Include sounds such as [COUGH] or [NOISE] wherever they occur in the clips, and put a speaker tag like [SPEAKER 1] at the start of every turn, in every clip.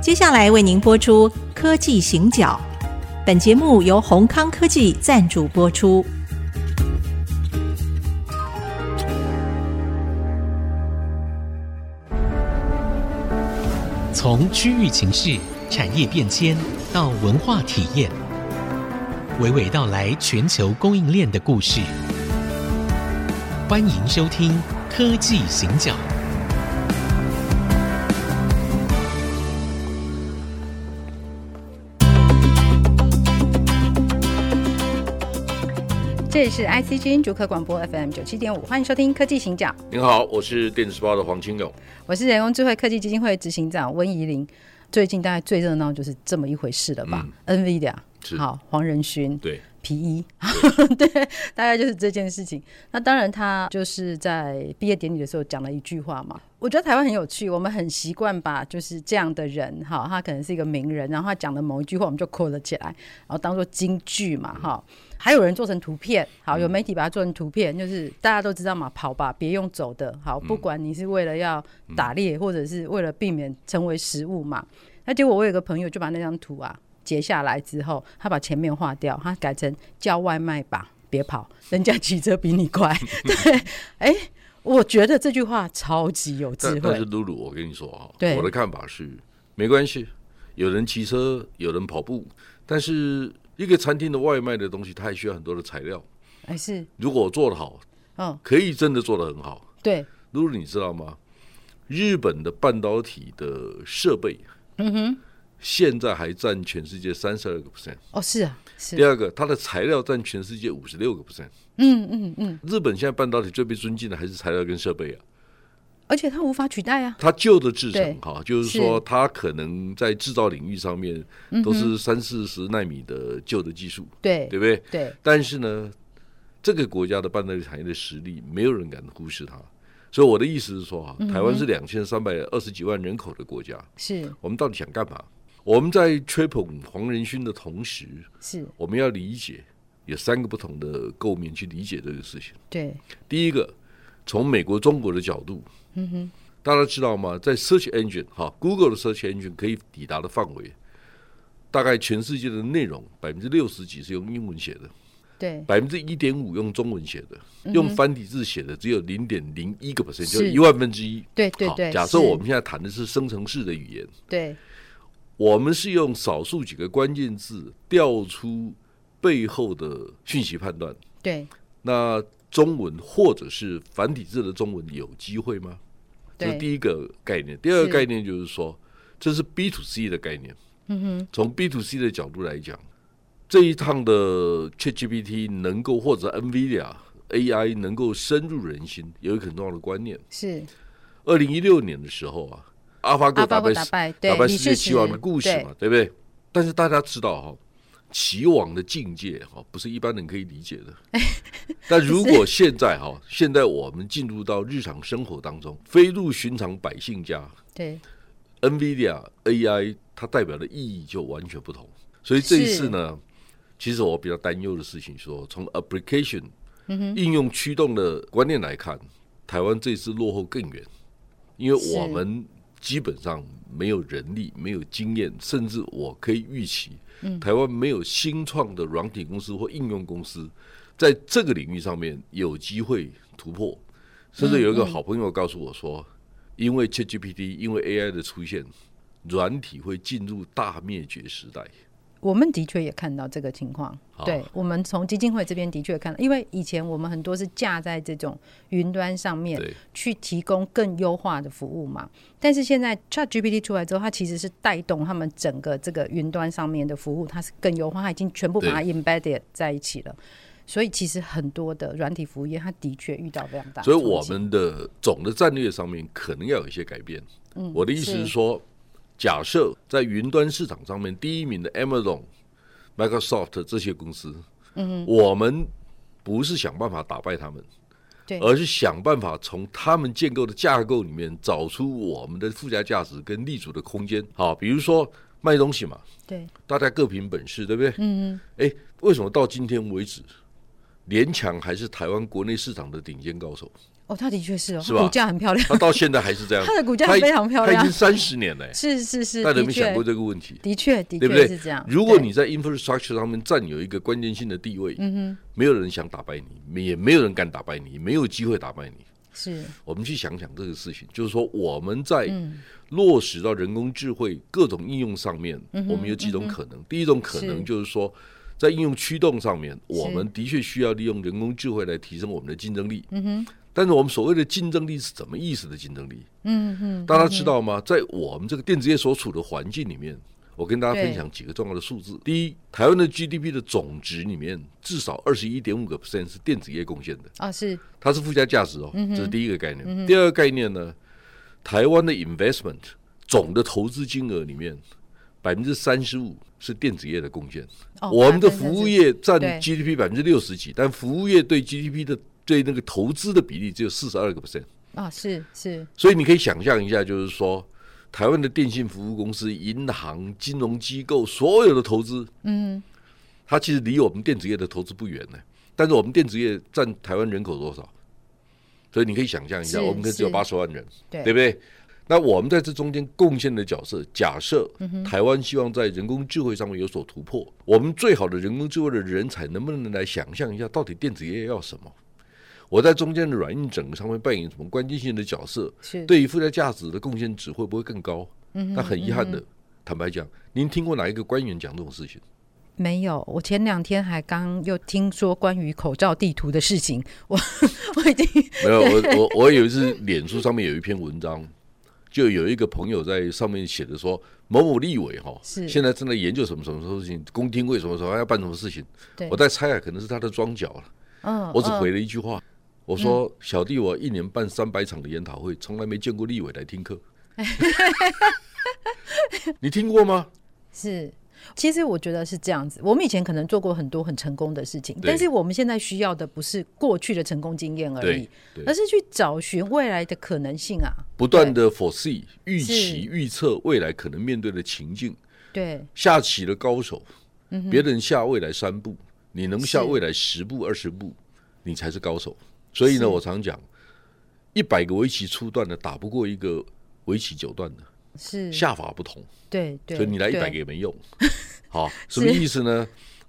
[SPEAKER 1] 接下来为您播出《科技行脚》，本节目由宏康科技赞助播出。
[SPEAKER 2] 从区域情势、产业变迁到文化体验，娓娓道来全球供应链的故事。欢迎收听《科技行脚》。
[SPEAKER 3] 这里是 IC 之音主客广播 FM 九七点五，欢迎收听科技行脚，
[SPEAKER 4] 您好，我是电子报的黄清勇。
[SPEAKER 3] 我是人工智慧科技基金会执行长温怡玲。最近大概最热闹就是这么一回事了吧、n v i d i
[SPEAKER 4] 嗯是
[SPEAKER 3] a 好，黄仁勋，
[SPEAKER 4] 对，
[SPEAKER 3] 皮衣， [LAUGHS] 对，大概就是这件事情。那当然，他就是在毕业典礼的时候讲了一句话嘛。我觉得台湾很有趣，我们很习惯把就是这样的人哈，他可能是一个名人，然后他讲的某一句话，我们就扣了起来，然后当做金句嘛
[SPEAKER 4] 嗯
[SPEAKER 3] 哈。还有人做成图片，好，有媒体把它做成图片，就是大家都知道嘛，跑吧，别用走的，好，
[SPEAKER 4] 嗯
[SPEAKER 3] 不管你是为了要打猎，或者是为了避免成为食物嘛。那结果我有个朋友就把那张图啊截下来之后，他把前面划掉，他改成叫外卖吧，别跑，人家骑车比你
[SPEAKER 4] [LAUGHS]
[SPEAKER 3] 快。对，哎、我觉得这句话超级有智
[SPEAKER 4] 但但是
[SPEAKER 3] 慧。
[SPEAKER 4] 露露，我跟你说哈
[SPEAKER 3] 对，
[SPEAKER 4] 我的看法是没关系，有人骑车，有人跑步，但是一个餐厅的外卖的东西，它还需要很多的材料。
[SPEAKER 3] 哎、是，
[SPEAKER 4] 如果我做得好，
[SPEAKER 3] 嗯，
[SPEAKER 4] 可以真的做得很好。
[SPEAKER 3] 对，
[SPEAKER 4] 露露，你知道吗？日本的半导体的设备，嗯哼，现在还占全世界三十二个 percent。
[SPEAKER 3] 哦，是啊，是
[SPEAKER 4] 第，二个，它的材料占全世界五十六个 percent。
[SPEAKER 3] 嗯嗯嗯，
[SPEAKER 4] 日本现在半导体最被尊敬的还是材料跟设备啊。
[SPEAKER 3] 而且他无法取代啊。
[SPEAKER 4] 它旧的制
[SPEAKER 3] 对
[SPEAKER 4] 程哈，就是
[SPEAKER 3] 是
[SPEAKER 4] 说它可能在制造领域上面都是三四十纳米的旧的技术，
[SPEAKER 3] 对
[SPEAKER 4] 对不对？
[SPEAKER 3] 对，
[SPEAKER 4] 但是呢，这个国家的半导体产业的实力，没有人敢忽视它。所以我的意思是说啊，台湾是两千三百二十几万人口的国家，
[SPEAKER 3] 是
[SPEAKER 4] 我们到底想干嘛？我们在吹捧黄仁勋的同时，
[SPEAKER 3] 是，
[SPEAKER 4] 我们要理解有三个不同的构面去理解这个事情。
[SPEAKER 3] 对，
[SPEAKER 4] 第一个，从美国、中国的角度，嗯哼，大家知道吗？在 search engine 哈，Google 的 search engine 可以抵达的范围，大概全世界的内容百分之六十几是用英文写的，
[SPEAKER 3] 对，
[SPEAKER 4] 百分之一点五用中文写的，用繁体字写的只有零点零一个 percent，
[SPEAKER 3] 嗯是
[SPEAKER 4] 就一万分之一。
[SPEAKER 3] 对对
[SPEAKER 4] 好
[SPEAKER 3] 对
[SPEAKER 4] 假设
[SPEAKER 3] 是
[SPEAKER 4] 我们现在谈的是生成式的语言，
[SPEAKER 3] 对，
[SPEAKER 4] 我们是用少数几个关键字调出背后的讯息判断。
[SPEAKER 3] 对，
[SPEAKER 4] 那中文或者是繁体字的中文有机会吗？这是
[SPEAKER 3] 对，
[SPEAKER 4] 第一个概念。第二个
[SPEAKER 3] 是
[SPEAKER 4] 概念就是说，这是 B to C 的概念。嗯哼，从 B to C 的角度来讲，这一趟的 ChatGPT 能够或者 NVIDIA AI 能够深入人心，有一个很重要的观念。
[SPEAKER 3] 是
[SPEAKER 4] 二零一六年的时候啊，AlphaGo 打
[SPEAKER 3] AlphaGo
[SPEAKER 4] 败
[SPEAKER 3] 打败对
[SPEAKER 4] 打败
[SPEAKER 3] 李
[SPEAKER 4] 世
[SPEAKER 3] 世
[SPEAKER 4] 界棋王
[SPEAKER 3] 石
[SPEAKER 4] 的故事嘛，对不对？但是大家知道哈、棋王的境界哈、不是一般人可以理解
[SPEAKER 3] [LAUGHS]
[SPEAKER 4] 的。但如果现在哈、现在我们进入到日常生活当中，非入寻常百姓家
[SPEAKER 3] 对，
[SPEAKER 4] ，NVIDIA AI 它代表的意义就完全不同。所以这一次呢，其实我比较担忧的事情说，从 application、应用驱动的观念来看，台湾这次落后更远，因为
[SPEAKER 3] 是
[SPEAKER 4] 我们基本上没有人力、没有经验，甚至我可以预期，台湾没有新创的软体公司或应用公司在这个领域上面有机会突破。甚至有一个好朋友告诉我说，因为 ChatGPT，因为 AI 的出现，软体会进入大灭绝时代。
[SPEAKER 3] 我们的确也看到这个情况，
[SPEAKER 4] 好
[SPEAKER 3] 对我们从基金会这边的确看到，因为以前我们很多是架在这种云端上面
[SPEAKER 4] 对
[SPEAKER 3] 去提供更优化的服务嘛，但是现在 ChatGPT 出来之后，它其实是带动他们整个这个云端上面的服务，它是更优化，它已经全部把它 embedded 在一起了，所以其实很多的软体服务业，它的确遇到非常啊大的冲击，
[SPEAKER 4] 所以我们的总的战略上面可能要有一些改变。我的意
[SPEAKER 3] 嗯
[SPEAKER 4] 思
[SPEAKER 3] 是
[SPEAKER 4] 是说，假设在云端市场上面第一名的 Amazon、Microsoft 这些公司，嗯，我们不是想办法打败他们，
[SPEAKER 3] 对
[SPEAKER 4] 而是想办法从他们建构的架构里面找出我们的附加价值跟立足的空间。好，比如说卖东西嘛，
[SPEAKER 3] 对
[SPEAKER 4] 大家各凭本事，对不对？嗯嗯。哎，为什么到今天为止，联强还是台湾国内市场的顶尖高手，
[SPEAKER 3] 哦，它的确是哦，
[SPEAKER 4] 是
[SPEAKER 3] 它股
[SPEAKER 4] 吧
[SPEAKER 3] 价很漂
[SPEAKER 4] [LAUGHS]
[SPEAKER 3] 亮，
[SPEAKER 4] 他到现在还是这样。
[SPEAKER 3] 它的股价非常漂亮
[SPEAKER 4] 他已经三十年了、欸，
[SPEAKER 3] 是是是，
[SPEAKER 4] 大家有没
[SPEAKER 3] 的
[SPEAKER 4] 有
[SPEAKER 3] 确
[SPEAKER 4] 想过这个问题？
[SPEAKER 3] 的确的
[SPEAKER 4] 对不
[SPEAKER 3] 确
[SPEAKER 4] 对？
[SPEAKER 3] 是这样。
[SPEAKER 4] 如果
[SPEAKER 3] 对
[SPEAKER 4] 你在 infrastructure 上面占有一个关键性的地位，嗯哼，没有人想打败你，也没有人敢打败你，没有机会打败你。
[SPEAKER 3] 是
[SPEAKER 4] 我们去想想这个事情，就是说我们在
[SPEAKER 3] 嗯
[SPEAKER 4] 落实到人工智慧各种应用上面，
[SPEAKER 3] 嗯
[SPEAKER 4] 我们有几种可能。第一种可
[SPEAKER 3] 是
[SPEAKER 4] 能就是说，在应用驱动上面，
[SPEAKER 3] 是
[SPEAKER 4] 我们的确需要利用人工智慧来提升我们的竞争力。嗯哼。但是我们所谓的竞争力是怎么意思的竞争力？
[SPEAKER 3] 嗯嗯，
[SPEAKER 4] 大家知道吗？在我们这个电子业所处的环境里面，我跟大家
[SPEAKER 3] 对
[SPEAKER 4] 分享几个重要的数字。第一，台湾的 GDP 的总值里面，至少二十一点五个 percent 是电子业贡献的。
[SPEAKER 3] 哦是
[SPEAKER 4] 它是附加价值哦，这是第一个概念。第二个概念呢，台湾的 investment 总的投资金额里面，百分之三十五是电子业的贡献。
[SPEAKER 3] 哦，
[SPEAKER 4] 我们的
[SPEAKER 3] 百分之
[SPEAKER 4] 服务
[SPEAKER 3] 三十
[SPEAKER 4] 业占
[SPEAKER 3] 对
[SPEAKER 4] GDP 百分之六十几，但服务业对 GDP 的对那个投资的比例只有四十二个 percent。
[SPEAKER 3] 啊是是
[SPEAKER 4] 所以你可以想象一下，就是说，台湾的电信服务公司、银行、金融机构所有的投资，嗯，它其实离我们电子业的投资不远呢。但是我们电子业占台湾人口多少？所以你可以想象一下，
[SPEAKER 3] 是
[SPEAKER 4] 我们可能只有
[SPEAKER 3] 是
[SPEAKER 4] 八十万人，
[SPEAKER 3] 对
[SPEAKER 4] 对不对？那我们在这中间贡献的角色，假设
[SPEAKER 3] 嗯
[SPEAKER 4] 台湾希望在人工智慧上面有所突破，我们最好的人工智慧的人才，能不能来想象一下，到底电子业要什么？我在中间的软硬整个上面扮演什么关键性的角色？
[SPEAKER 3] 是
[SPEAKER 4] 对于附加价值的贡献值会不会更高？
[SPEAKER 3] 嗯
[SPEAKER 4] 那很遗憾的，坦白讲，您听过哪一个官员讲这种事情？ [LAUGHS]
[SPEAKER 3] 没有，我前两天还刚又听说关于口罩地图的事情，我 [LAUGHS] 我已经
[SPEAKER 4] [LAUGHS] 没有，我我我有一次脸书上面有一篇文章，就有一个朋友在上面写的说，某某立委哈，
[SPEAKER 3] 是
[SPEAKER 4] 现在正在研究什么什么事情，公听会什么什么要办什么事情，
[SPEAKER 3] 对
[SPEAKER 4] 我在猜啊，可能是他的装脚了。
[SPEAKER 3] 嗯，
[SPEAKER 4] 我只
[SPEAKER 3] 嗯
[SPEAKER 4] 回了一句话，我说、小弟我一年办三百场的研讨会，从来没见过立委来
[SPEAKER 3] [LAUGHS]
[SPEAKER 4] 听课。 [LAUGHS] 你听过吗？
[SPEAKER 3] 是。其实我觉得是这样子，我们以前可能做过很多很成功的事情，
[SPEAKER 4] 对
[SPEAKER 3] 但是我们现在需要的不是过去的成功经验而已
[SPEAKER 4] 对，对
[SPEAKER 3] 而是去找寻未来的可能性啊。
[SPEAKER 4] 不断的 foresee 预
[SPEAKER 3] 是
[SPEAKER 4] 期预测未来可能面对的情境，
[SPEAKER 3] 对，
[SPEAKER 4] 下棋的高手，
[SPEAKER 3] 嗯
[SPEAKER 4] 别人下未来三步，你能下
[SPEAKER 3] 是
[SPEAKER 4] 未来十步二十步，你才是高手。所以
[SPEAKER 3] 是
[SPEAKER 4] 呢，我常讲，一百个围棋初段的打不过一个围棋九段的，
[SPEAKER 3] 是，
[SPEAKER 4] 下法不同，
[SPEAKER 3] 对对，
[SPEAKER 4] 所以你来一
[SPEAKER 3] 对
[SPEAKER 4] 百个也
[SPEAKER 3] [LAUGHS]
[SPEAKER 4] 没用。好，什么意思呢？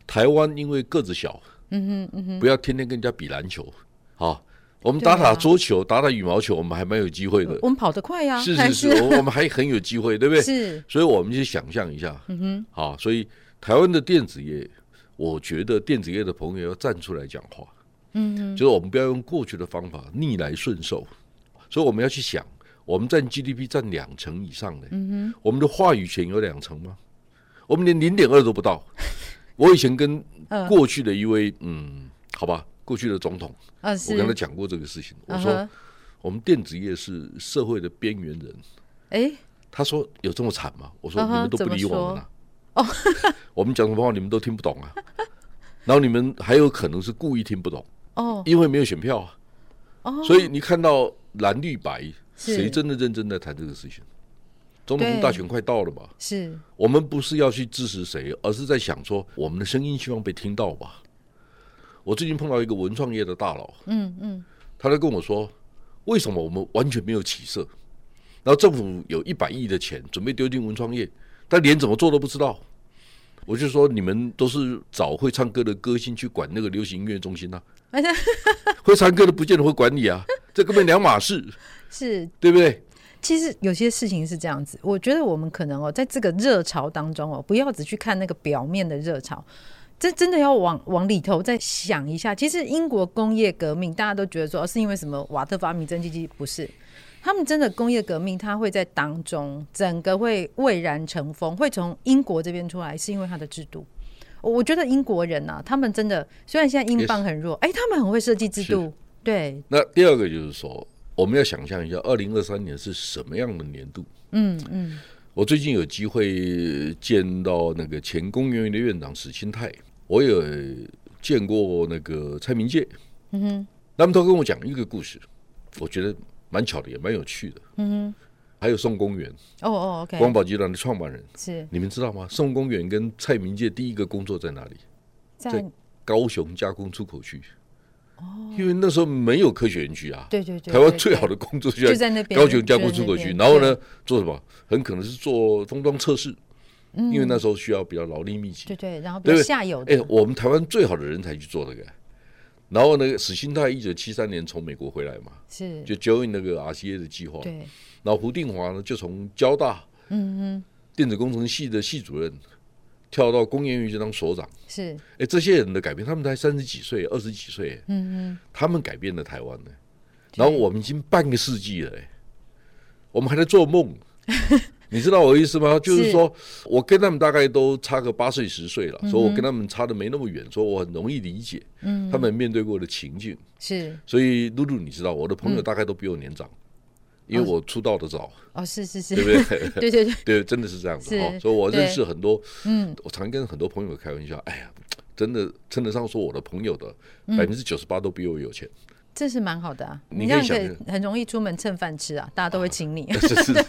[SPEAKER 4] 台湾因为个子小，嗯哼嗯哼，不要天天跟人家比篮球，好，我们
[SPEAKER 3] 对啊
[SPEAKER 4] 打打桌球，打打羽毛球，我们还蛮有机会的。
[SPEAKER 3] 我们跑得快呀、
[SPEAKER 4] 是
[SPEAKER 3] 还
[SPEAKER 4] 是是，我我们啊还很有机会，对不对？
[SPEAKER 3] 是
[SPEAKER 4] 所以我们去想象一下，嗯哼，好，所以台湾的电子业，我觉得电子业的朋友要站出来讲话，嗯哼，就是我们不要用过去的方法逆来顺受，所以我们要去想，我们占 GDP 占两成以上的，嗯哼，我们的话语权有两成吗？我们连零点二都不到。我以前 [LAUGHS] 跟
[SPEAKER 3] 嗯
[SPEAKER 4] 过去的一位，嗯，好吧，过去的总统，
[SPEAKER 3] 啊是，
[SPEAKER 4] 我跟他讲过这个事情，我
[SPEAKER 3] 嗯
[SPEAKER 4] 说。
[SPEAKER 3] 哼
[SPEAKER 4] 我们电子业是社会的边缘人。
[SPEAKER 3] 哎，
[SPEAKER 4] 他说有这么惨吗？我说
[SPEAKER 3] 嗯
[SPEAKER 4] 你
[SPEAKER 3] 哼
[SPEAKER 4] 们都不理
[SPEAKER 3] 怎么说
[SPEAKER 4] 我们啊，哦， [LAUGHS] 我们讲什么话你们都听不懂啊， [LAUGHS] 然后你们还有可能是故意听不懂，
[SPEAKER 3] 哦
[SPEAKER 4] 因为没有选票啊，
[SPEAKER 3] 哦，
[SPEAKER 4] 所以你看到蓝绿白，
[SPEAKER 3] 是
[SPEAKER 4] 谁真的认真在谈这个事情？总统
[SPEAKER 3] 对
[SPEAKER 4] 大选快到了嘛，
[SPEAKER 3] 是
[SPEAKER 4] 我们不是要去支持谁，而是在想说我们的声音希望被听到吧。我最近碰到一个文创业的大佬，嗯嗯，他在跟我说，为什么我们完全没有起色？然后政府有一百亿的钱准备丢进文创业，但连怎么做都不知道。我就说你们都是找会唱歌的歌星去管那个流行音乐中心呐、
[SPEAKER 3] 哎 [LAUGHS] 呀
[SPEAKER 4] 会唱歌的不见得会管你啊，这根本两码事，
[SPEAKER 3] 是，
[SPEAKER 4] 对不对？
[SPEAKER 3] 其实有些事情是这样子，我觉得我们可能哦，在这个热潮当中哦，不要只去看那个表面的热潮。这真的要往往里头再想一下。其实英国工业革命，大家都觉得说、哦、是因为什么瓦特发明蒸汽机，不是？他们真的工业革命，它会在当中整个会蔚然成风，会从英国这边出来，是因为它的制度。我我觉得英国人啊，他们真的虽然现在英镑很弱，哎、他们很会设计制度，对，
[SPEAKER 4] 那第二个就是说，我们要想象一下，二零二三年是什么样的年度？
[SPEAKER 3] 嗯嗯，
[SPEAKER 4] 我最近有机会见到那个前工研院的院长史清泰，我也见过那个蔡明介，嗯哼，他们都跟我讲一个故事，我觉得蛮巧的，也蛮有趣的，嗯哼，还有宋公园，
[SPEAKER 3] 哦哦，OK，
[SPEAKER 4] 光宝集团的创办人，
[SPEAKER 3] 是
[SPEAKER 4] 你们知道吗？宋公园跟蔡明介第一个工作在哪里？
[SPEAKER 3] 在
[SPEAKER 4] 在高雄加工出口区，因为那时候没有科学园区啊。
[SPEAKER 3] 对对对，
[SPEAKER 4] 台湾
[SPEAKER 3] 对
[SPEAKER 4] 最好
[SPEAKER 3] 对
[SPEAKER 4] 的工作
[SPEAKER 3] 就在那边
[SPEAKER 4] 高雄加工出口
[SPEAKER 3] 就在
[SPEAKER 4] 区
[SPEAKER 3] 那边，
[SPEAKER 4] 然后呢做什么？很可能是做封装测试，因为那时候需要比较劳力密集
[SPEAKER 3] 嗯对。对，然后比
[SPEAKER 4] 对
[SPEAKER 3] 较
[SPEAKER 4] 不对
[SPEAKER 3] 下游的
[SPEAKER 4] 哎，，我们台湾最好的人才去做这个。然后呢，史新泰一九七三年从美国回来嘛，
[SPEAKER 3] 是，
[SPEAKER 4] 就 join 那个 RCA 的计划。
[SPEAKER 3] 对，
[SPEAKER 4] 然后胡定华呢，就从交大
[SPEAKER 3] 嗯嗯，
[SPEAKER 4] 电子工程系的系主任跳到工研院去当所长。
[SPEAKER 3] 是，
[SPEAKER 4] 哎，这些人的改变，他们才三十几岁、二十几岁，
[SPEAKER 3] 嗯嗯，
[SPEAKER 4] 他们改变了台湾呢。然后我们已经半个世纪了，哎我们还在
[SPEAKER 3] [LAUGHS]
[SPEAKER 4] 做梦，你知道我的意思吗？就是说我跟他们大概都差个八岁十岁了，
[SPEAKER 3] 嗯
[SPEAKER 4] 所以我跟他们差的没那么远，所以我很容易理解
[SPEAKER 3] 嗯
[SPEAKER 4] 他们面对过的情境。
[SPEAKER 3] 是，
[SPEAKER 4] 所以露露，你知道我的朋友大概都比我年长，因为我出道的早，
[SPEAKER 3] 嗯哦，是是是，
[SPEAKER 4] 对不对？
[SPEAKER 3] [LAUGHS] 对对对，
[SPEAKER 4] 对，真的是这样子
[SPEAKER 3] 是
[SPEAKER 4] 哦。所以我
[SPEAKER 3] 对
[SPEAKER 4] 认识很多，
[SPEAKER 3] 嗯，
[SPEAKER 4] 我常跟很多朋友开玩笑，哎呀，真的称得上说我的朋友的
[SPEAKER 3] 嗯
[SPEAKER 4] 百分之九十八都比我有钱， [LAUGHS]
[SPEAKER 3] 这是蛮好的啊，
[SPEAKER 4] 你
[SPEAKER 3] 你这
[SPEAKER 4] 可以
[SPEAKER 3] 样可以
[SPEAKER 4] 想哦
[SPEAKER 3] 很容易出门蹭饭吃啊，大家都会请你，
[SPEAKER 4] 是是 [LAUGHS] 是。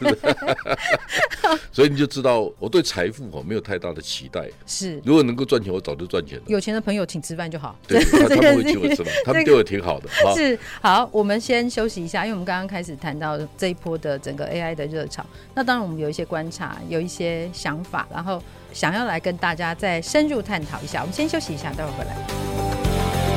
[SPEAKER 4] 所以你就知道我对财富哦没有太大的期待，
[SPEAKER 3] [LAUGHS] 是。
[SPEAKER 4] 如果能够赚钱，我早就赚钱了。
[SPEAKER 3] 有钱的朋友请吃饭就好，
[SPEAKER 4] 对，他他们
[SPEAKER 3] [LAUGHS]
[SPEAKER 4] 会
[SPEAKER 3] 这个
[SPEAKER 4] 请我
[SPEAKER 3] 是
[SPEAKER 4] 吃饭，他们
[SPEAKER 3] 这
[SPEAKER 4] 对我挺好的啊。
[SPEAKER 3] 是好，我们先休息一下，因为我们刚刚开始谈到这一波的整个 AI 的热潮。那当然，我们有一些观察，有一些想法，然后想要来跟大家再深入探讨一下。我们先休息一下，待会儿回来。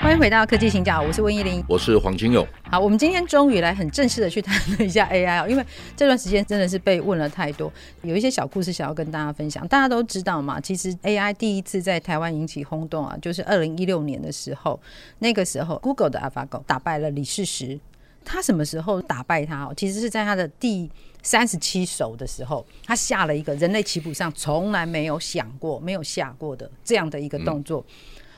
[SPEAKER 3] 欢迎回到科技行脚，我是温依林。
[SPEAKER 4] 我是黄金勇，
[SPEAKER 3] 好，我们今天终于来很正式的去谈了一下 AI 哦，因为这段时间真的是被问了太多，有一些小故事想要跟大家分享。大家都知道嘛，其实 AI 第一次在台湾引起轰动啊，就是二零一六年的时候，那个时候 Google 的 AlphaGo 打败了李世石。他什么时候打败他？哦，其实是在他的第三十七手的时候，他下了一个人类棋谱上从来没有想过、没有下过的这样的一个动作。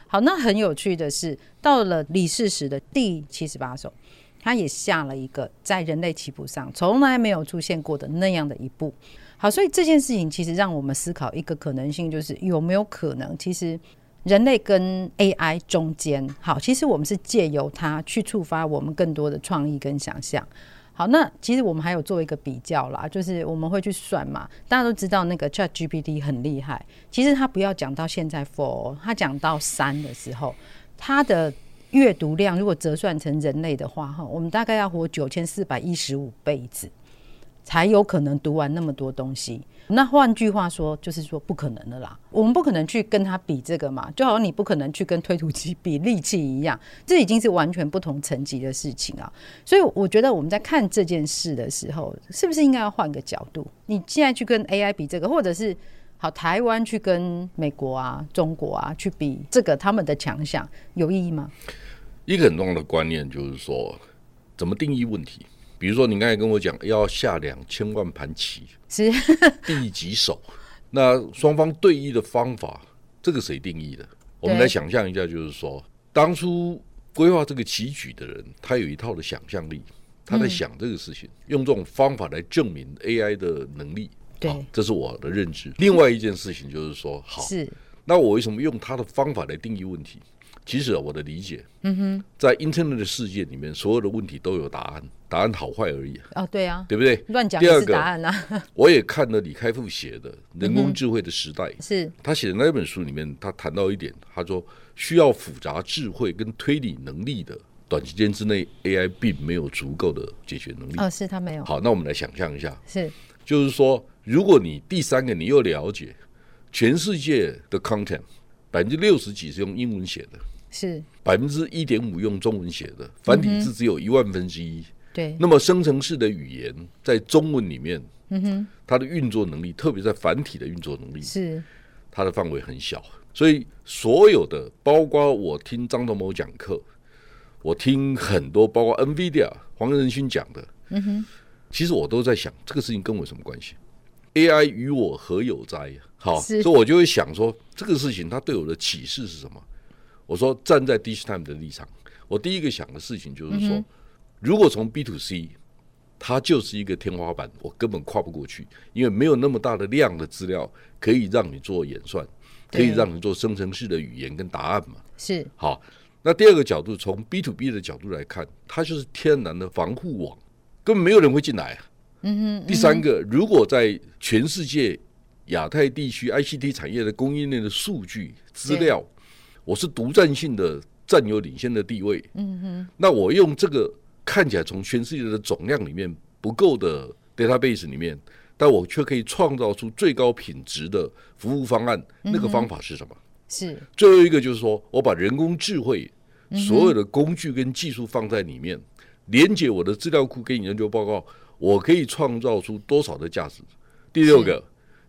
[SPEAKER 3] 好，那很有趣的是，到了李世石的第七十八手，他也下了一个在人类棋谱上从来没有出现过的那样的一步。好，所以这件事情其实让我们思考一个可能性，就是有没有可能，其实人类跟 AI 中间，好，其实我们是借由它去触发我们更多的创意跟想象。好，那其实我们还有做一个比较啦，就是我们会去算嘛。大家都知道那个 Chat GPT 很厉害，其实他不要讲到现在 four，哦他讲到三的时候，它的阅读量如果折算成人类的话，哈，我们大概要活九千四百一十五辈子，才有可能读完那么多东西。那换句话说，就是说不可能的啦。我们不可能去跟他比这个嘛，就好像你不可能去跟推土机比力气一样，这已经是完全不同层级的事情啊。所以我觉得我们在看这件事的时候，是不是应该要换个角度？你现在去跟 AI 比这个，或者是好台湾去跟美国啊、中国啊去比这个他们的强项，有意义吗？
[SPEAKER 4] 一个很重要的观念就是说，怎么定义问题。比如说，你刚才跟我讲要下两千万盘棋， [LAUGHS]
[SPEAKER 3] 是
[SPEAKER 4] 第几手，那双方对弈的方法，这个谁定义的？我们来想象一下，就是说，当初规划这个棋局的人，他有一套的想象力，他
[SPEAKER 3] 嗯
[SPEAKER 4] 在想这个事情，用这种方法来证明 AI 的能力。
[SPEAKER 3] 对
[SPEAKER 4] 好这是我的认知。另外一件事情就是说，好，
[SPEAKER 3] 是
[SPEAKER 4] 那我为什么用他的方法来定义问题？其实啊我的理解，嗯哼，在 Internet 的世界里面，所有的问题都有答案，答案好坏而已啊，
[SPEAKER 3] 哦，对啊，
[SPEAKER 4] 对不对？
[SPEAKER 3] 乱讲
[SPEAKER 4] 第
[SPEAKER 3] 也
[SPEAKER 4] 二
[SPEAKER 3] 是
[SPEAKER 4] 个
[SPEAKER 3] 答案啊， [LAUGHS]
[SPEAKER 4] 我也看了李开复写的《人工智慧的时代》
[SPEAKER 3] 是
[SPEAKER 4] 他写的那本书里面，他谈到一点，他说需要复杂智慧跟推理能力的，短时间之内 AI 并没有足够的解决能力。
[SPEAKER 3] 哦，是他没有，
[SPEAKER 4] 好，那我们来想象一下，
[SPEAKER 3] 是
[SPEAKER 4] 就是说，如果你第三个你又了解全世界的 content，百分之六十几是用英文写的，
[SPEAKER 3] 是，
[SPEAKER 4] 百分之一点五用中文写的，繁体字只有一万分之一。
[SPEAKER 3] 对，
[SPEAKER 4] 那么生成式的语言在中文里面，它的运作能力，特别在繁体的运作能力，
[SPEAKER 3] 是
[SPEAKER 4] 它的范围很小，所以所有的，包括我听张忠谋讲课，我听很多，包括 NVIDIA 黄仁勋讲的，嗯哼，其实我都在想这个事情跟我有什么关系？AI 与我何有哉呀？好，所
[SPEAKER 3] 是
[SPEAKER 4] 以我就会想说，这个事情它对我的启示是什么？我说站在 d i s Time 的立场，我第一个想的事情就是说，如果从 B to C，它就是一个天花板，我根本跨不过去，因为没有那么大的量的资料可以让你做演算，可
[SPEAKER 3] 对
[SPEAKER 4] 以让你做生成式的语言跟答案嘛。
[SPEAKER 3] 是
[SPEAKER 4] 好，那第二个角度，从 B to B 的角度来看，它就是天然的防护网。根本没有人会进来啊。
[SPEAKER 3] 嗯哼，
[SPEAKER 4] 第三个，如果在全世界亚太地区 ICT 产业的供应链的数据资料，我是独占性的占有领先的地位，嗯哼，那我用这个看起来从全世界的总量里面不够的 database 里面，但我却可以创造出最高品质的服务方案，那个方法是什么？
[SPEAKER 3] 是
[SPEAKER 4] 最后一个就是说，我把人工智慧所有的工具跟技术放在里面，连接我的资料库跟研究报告，我可以创造出多少的价值？第六个，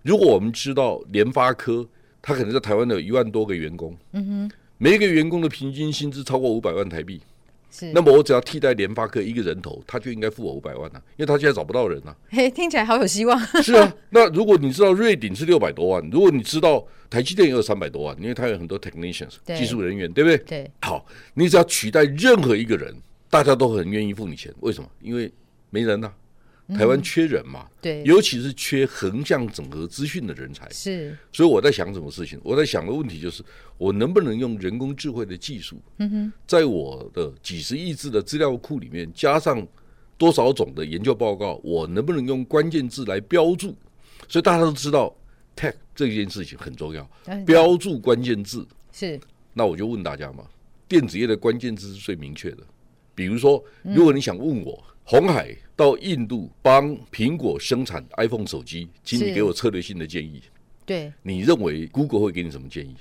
[SPEAKER 4] 如果我们知道联发科，它可能在台湾有一万多个员工，嗯哼，每一个员工的平均薪资超过五百万台币，
[SPEAKER 3] 是。
[SPEAKER 4] 那么我只要替代联发科一个人头，他就应该付我五百万啊，因为他现在找不到 [LAUGHS] 人啊。
[SPEAKER 3] 嘿，听起来好有希
[SPEAKER 4] [LAUGHS]
[SPEAKER 3] 望。
[SPEAKER 4] 是啊，那如果你知道瑞鼎是六百多万，如果你知道台积电也有三百多万，因为它有很多 technicians
[SPEAKER 3] 对
[SPEAKER 4] 技术人员，对不对？
[SPEAKER 3] 对，
[SPEAKER 4] 好，你只要取代任何一个人，大家都很愿意付你钱。为什么？因为没人呐、台湾缺人嘛，
[SPEAKER 3] 嗯对
[SPEAKER 4] 尤其是缺横向整合资讯的人才。
[SPEAKER 3] 是
[SPEAKER 4] 所以我在想什么事情？我在想的问题就是，我能不能用人工智慧的技术，
[SPEAKER 3] 嗯
[SPEAKER 4] 在我的几十亿字的资料库里面加上多少种的研究报告，我能不能用关键字来标注？所以大家都知道 tech 这件事情很重要，
[SPEAKER 3] 嗯
[SPEAKER 4] 标注关键字。
[SPEAKER 3] 是
[SPEAKER 4] 那我就问大家嘛，电子业的关键字是最明确的。比如说，如果你想问我，红海到印度帮苹果生产 iPhone 手机，请你
[SPEAKER 3] 是
[SPEAKER 4] 给我策略性的建议。
[SPEAKER 3] 对，
[SPEAKER 4] 你认为 Google 会给你什么建议？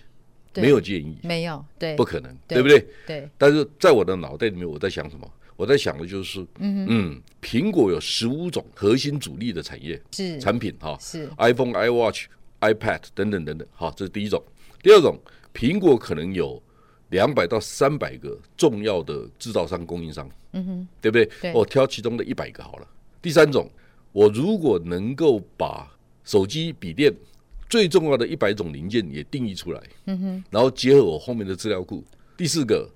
[SPEAKER 3] 对
[SPEAKER 4] 没有建议，
[SPEAKER 3] 没有对，
[SPEAKER 4] 不可能，
[SPEAKER 3] 对
[SPEAKER 4] 对不对？
[SPEAKER 3] 对
[SPEAKER 4] 但是在我的脑袋里面，我在想什么？我在想的就是，嗯苹果有十五种核心主力的产业
[SPEAKER 3] 是
[SPEAKER 4] 产品哈
[SPEAKER 3] 是
[SPEAKER 4] ，iPhone、iWatch、iPad 等等等等，好，这是第一种。第二种，苹果可能有两百到三百个重要的制造商、供应商，嗯哼，对不对？
[SPEAKER 3] 对
[SPEAKER 4] 我挑其中的一百个好了。第三种，我如果能够把手机、笔电最重要的一百种零件也定义出来，嗯哼，然后结合我后面的资料库。第四个，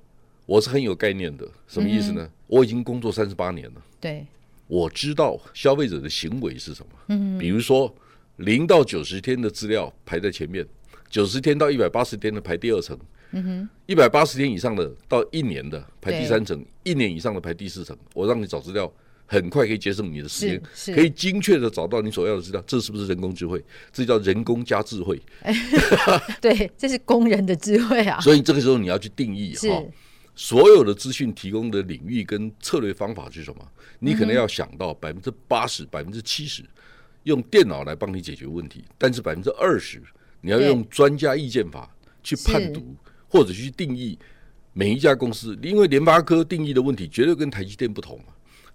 [SPEAKER 4] 我是很有概念的，什么意思呢？我已经工作三十八年了。
[SPEAKER 3] 对
[SPEAKER 4] 我知道消费者的行为是什么。嗯，比如说零到九十天的资料排在前面，九十天到一百八十天的排第二层。嗯哼，一百八十天以上的到一年的排第三层，一年以上的排第四层。我让你找资料，很快可以节省你的时间，
[SPEAKER 3] 是是
[SPEAKER 4] 可以精确的找到你所要的资料。这是不是人工智慧？这叫人工加智慧。
[SPEAKER 3] [LAUGHS] 对，这是工人的智慧啊，
[SPEAKER 4] 所以这哦个时候你要去定义哈、
[SPEAKER 3] 是
[SPEAKER 4] 所有的资讯提供的领域跟策略方法是什么？你可能要想到百分之八十、百分之七十用电脑来帮你解决问题，但是百分之二十你要
[SPEAKER 3] 对
[SPEAKER 4] 用专家意见法去判读或者去定义每一家公司，因为联发科定义的问题绝对跟台积电不同嘛，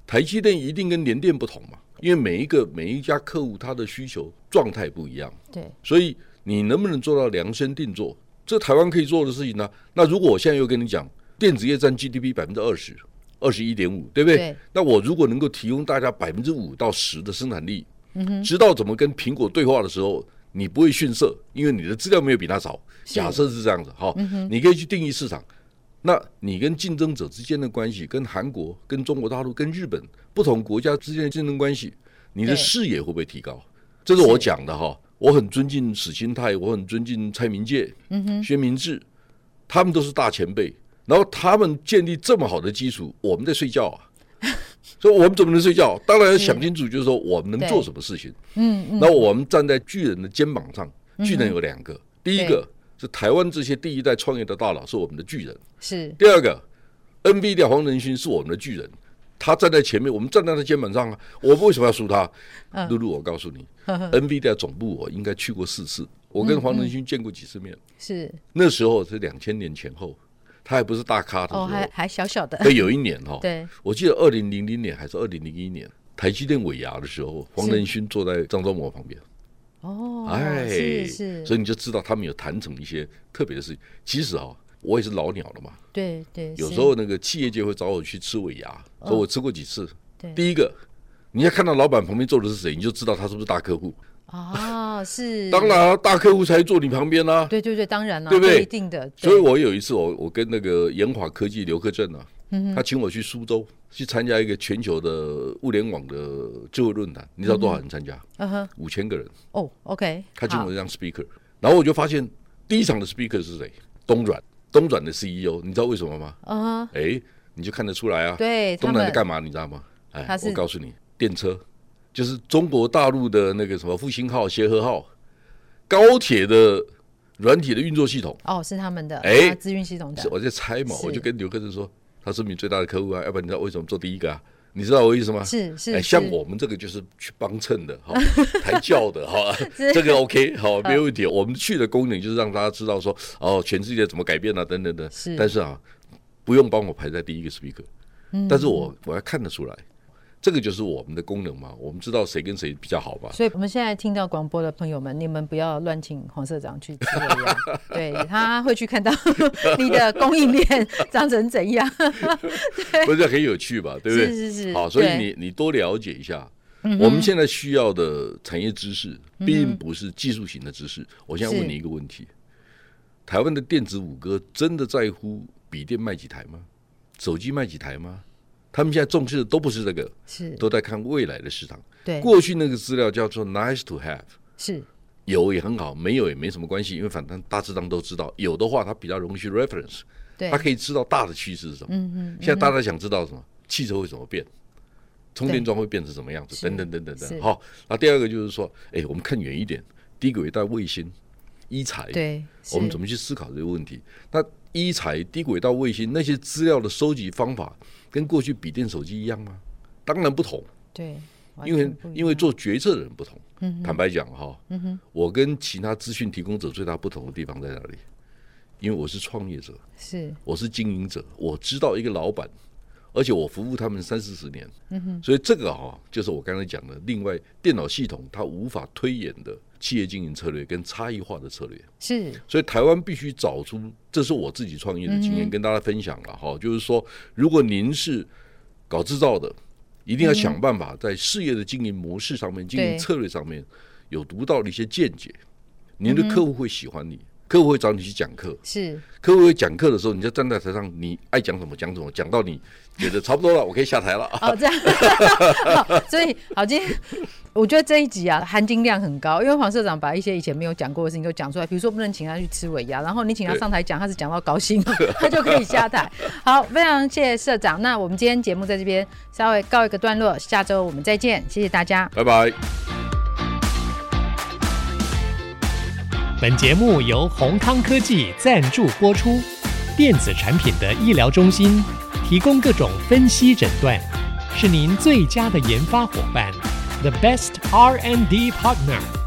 [SPEAKER 4] 台积电一定跟联电不同嘛，因为每一个每一家客户他的需求状态不一样。
[SPEAKER 3] 对
[SPEAKER 4] 所以你能不能做到量身定做？这台湾可以做的事情呢、那如果我现在又跟你讲，电子业占 GDP 百分之二十，二十一点五，对不对？
[SPEAKER 3] 对
[SPEAKER 4] 那我如果能够提供大家百分之五到十的生产力，知道怎么跟苹果对话的时候，你不会逊色，因为你的资料没有比他少。假设是这样子，哈、你可以去定义市场。那你跟竞争者之间的关系，跟韩国、跟中国大陆、跟日本不同国家之间的竞争关系，你的
[SPEAKER 3] 对
[SPEAKER 4] 视野会不会提高？这是我讲的哈。我很尊敬史新泰，我很尊敬蔡明介、薛明志，他们都是大前辈。然后他们建立这么好的基础，我们在睡觉 [LAUGHS] 啊，所以我们怎么能睡觉？当然要想清楚，就是说我们能做什么事情。嗯，那我们站在巨人的肩膀上，巨人有两个，第一个是台湾这些第一代创业的大佬是我们的巨人，
[SPEAKER 3] 是
[SPEAKER 4] 第二个，NVIDIA 黄仁勋是我们的巨人，他站在前面，我们站在他肩膀上啊，我们为什么要输他？
[SPEAKER 3] 嗯
[SPEAKER 4] 露露，我告
[SPEAKER 3] [LAUGHS]
[SPEAKER 4] 诉你，NVIDIA 总部我应该去过四次，我跟黄仁勋见过几次
[SPEAKER 3] 嗯
[SPEAKER 4] 面，
[SPEAKER 3] 是
[SPEAKER 4] 那时候是两千年前后，他还不是大咖的时
[SPEAKER 3] 哦，
[SPEAKER 4] 候，
[SPEAKER 3] 还还小小的，
[SPEAKER 4] 所以有一年哈、
[SPEAKER 3] [LAUGHS] 对
[SPEAKER 4] 我记得二零零零年还是二零零一年，台积电尾牙的时候，黄仁勋坐在张忠谋旁边，
[SPEAKER 3] 哦，
[SPEAKER 4] 哎，
[SPEAKER 3] 是是，
[SPEAKER 4] 所以你就知道他们有谈成一些特别的事情。其实啊、我也是老鸟了嘛，
[SPEAKER 3] 对对，
[SPEAKER 4] 有
[SPEAKER 3] 是
[SPEAKER 4] 时候那个企业界会找我去吃尾牙，说我吃过几次。
[SPEAKER 3] 嗯对
[SPEAKER 4] 第一个，你要看到老板旁边坐的是谁，你就知道他是不是大客户。
[SPEAKER 3] 哦，是，
[SPEAKER 4] [LAUGHS] 当，然、啊，大客户才会坐你旁边啦、
[SPEAKER 3] 对对对，当然了，
[SPEAKER 4] 对不对
[SPEAKER 3] 一定的，
[SPEAKER 4] 所以
[SPEAKER 3] 对
[SPEAKER 4] 我有一次我，我跟那个研华科技刘克正啊，
[SPEAKER 3] 嗯
[SPEAKER 4] 他请我去苏州去参加一个全球的物联网的智慧论坛，你知道多少人参加？
[SPEAKER 3] 嗯哼，啊
[SPEAKER 4] 五千个人，
[SPEAKER 3] 哦，OK，
[SPEAKER 4] 他请
[SPEAKER 3] 好
[SPEAKER 4] 我当 speaker，然后我就发现第一场的 speaker 是谁？东软，东软的 E CEO，你知道为什么吗？
[SPEAKER 3] 嗯哼，
[SPEAKER 4] 哎，你就看得出来啊。
[SPEAKER 3] 对，他
[SPEAKER 4] 东软在
[SPEAKER 3] 们
[SPEAKER 4] 干嘛？你知道吗？哎
[SPEAKER 3] 它，是
[SPEAKER 4] 我告诉你，电车就是中国大陆的那个什么复兴号、协和号、高铁的软体的运作系统。
[SPEAKER 3] 哦，是他们的，
[SPEAKER 4] 哎
[SPEAKER 3] 啊资讯系统的
[SPEAKER 4] 是，我在猜嘛，
[SPEAKER 3] 是
[SPEAKER 4] 我就跟刘克正说，他是你最大的客户啊，要不然你知道为什么做第一个啊？你知道我意思吗？
[SPEAKER 3] 是是
[SPEAKER 4] 哎，像
[SPEAKER 3] 是
[SPEAKER 4] 我们这个就是去帮衬的
[SPEAKER 3] [LAUGHS]
[SPEAKER 4] 哈，抬轿的哈，
[SPEAKER 3] 是
[SPEAKER 4] 这个 OK 好，没有问题。我们去的功能就是让大家知道说，哦，全世界怎么改变啊，等等的。
[SPEAKER 3] 是
[SPEAKER 4] 但是啊，不用帮我排在第一个 speaker，、但
[SPEAKER 3] 嗯
[SPEAKER 4] 是我我要看得出来，这个就是我们的功能嘛，我们知道谁跟谁比较好
[SPEAKER 3] [LAUGHS]
[SPEAKER 4] 嘛。
[SPEAKER 3] 所以我们现在听到广播的朋友们，你们不要乱请黄社长去吃尾牙，对他会去看到 [LAUGHS] 你的供应链长成怎样。
[SPEAKER 4] 不是很有趣吧？对不对？
[SPEAKER 3] 是是是
[SPEAKER 4] 好，所以
[SPEAKER 3] 对嗯
[SPEAKER 4] 你你多了解一下。我们现在需要的产业知识，并不是技术型的知识。我现在问
[SPEAKER 3] 是
[SPEAKER 4] 你一个问题：台湾的电子五哥真的在乎笔电卖几台吗？手机卖几台吗？他们现在重视的都不是这个，
[SPEAKER 3] 是，
[SPEAKER 4] 都在看未来的市场。
[SPEAKER 3] 对，
[SPEAKER 4] 过去那个资料叫做 nice to have，
[SPEAKER 3] 是
[SPEAKER 4] 有也很好，没有也没什么关系，因为反正大致上都知道。有的话，它比较容易去 reference。
[SPEAKER 3] 对嗯
[SPEAKER 4] 他，可以知道大的趋势是什么。现在大家想知道什么？汽车会怎么变？充电桩会变成什么样子？
[SPEAKER 3] 是
[SPEAKER 4] 等等等等
[SPEAKER 3] 是
[SPEAKER 4] 等。好，那第二个就是说，哎，我们看远一点，第一个轨道卫星、一材，
[SPEAKER 3] 对，
[SPEAKER 4] 我们
[SPEAKER 3] 是
[SPEAKER 4] 怎么去思考这个问题？那一材、低轨道卫星那些资料的收集方法，跟过去笔电、手机一样吗？当然不同，
[SPEAKER 3] 对？完
[SPEAKER 4] 因为
[SPEAKER 3] 全不一
[SPEAKER 4] 因为
[SPEAKER 3] 样嗯
[SPEAKER 4] 做决策的人不同。坦白讲哈，我跟其他资讯提供者最大不同的地方在哪里？因为我是创业者，
[SPEAKER 3] 是
[SPEAKER 4] 我是经营者，我知道一个老板，而且我服务他们三四十年，所以这个哈、就是我刚才讲的，另外电脑系统它无法推演的企业经营策略跟差异化的策略，
[SPEAKER 3] 是
[SPEAKER 4] 所以台湾必须找出，这是我自己创业的经验、跟大家分享了哈、就是说，如果您是搞制造的，一定要想办法在事业的经营模式上面、经营策略上面有独到的一些见解，您的客户会喜欢你，客户会找你去讲课。
[SPEAKER 3] 是
[SPEAKER 4] 客户会讲课的时候，你就站在台上，你爱讲什么讲什么，讲到你觉得差不多了，我可以下台了。
[SPEAKER 3] 哦，
[SPEAKER 4] [LAUGHS]
[SPEAKER 3] 这样，好所以好，今天我觉得这一集啊，含金量很高，因为黄社长把一些以前没有讲过的事情都讲出来，比如说不能请他去吃尾牙，然后你请他
[SPEAKER 4] 对
[SPEAKER 3] 上台讲，他是讲到高兴，他就可以下台。好，非常谢谢社长，那我们今天节目在这边稍微告一个段落，下周我们再见，谢谢大家。
[SPEAKER 4] 拜拜。
[SPEAKER 2] 本节目由宏康科技赞助播出。电子产品的医疗中心提供各种分析诊断，是您最佳的研发伙伴，The best R&D partner。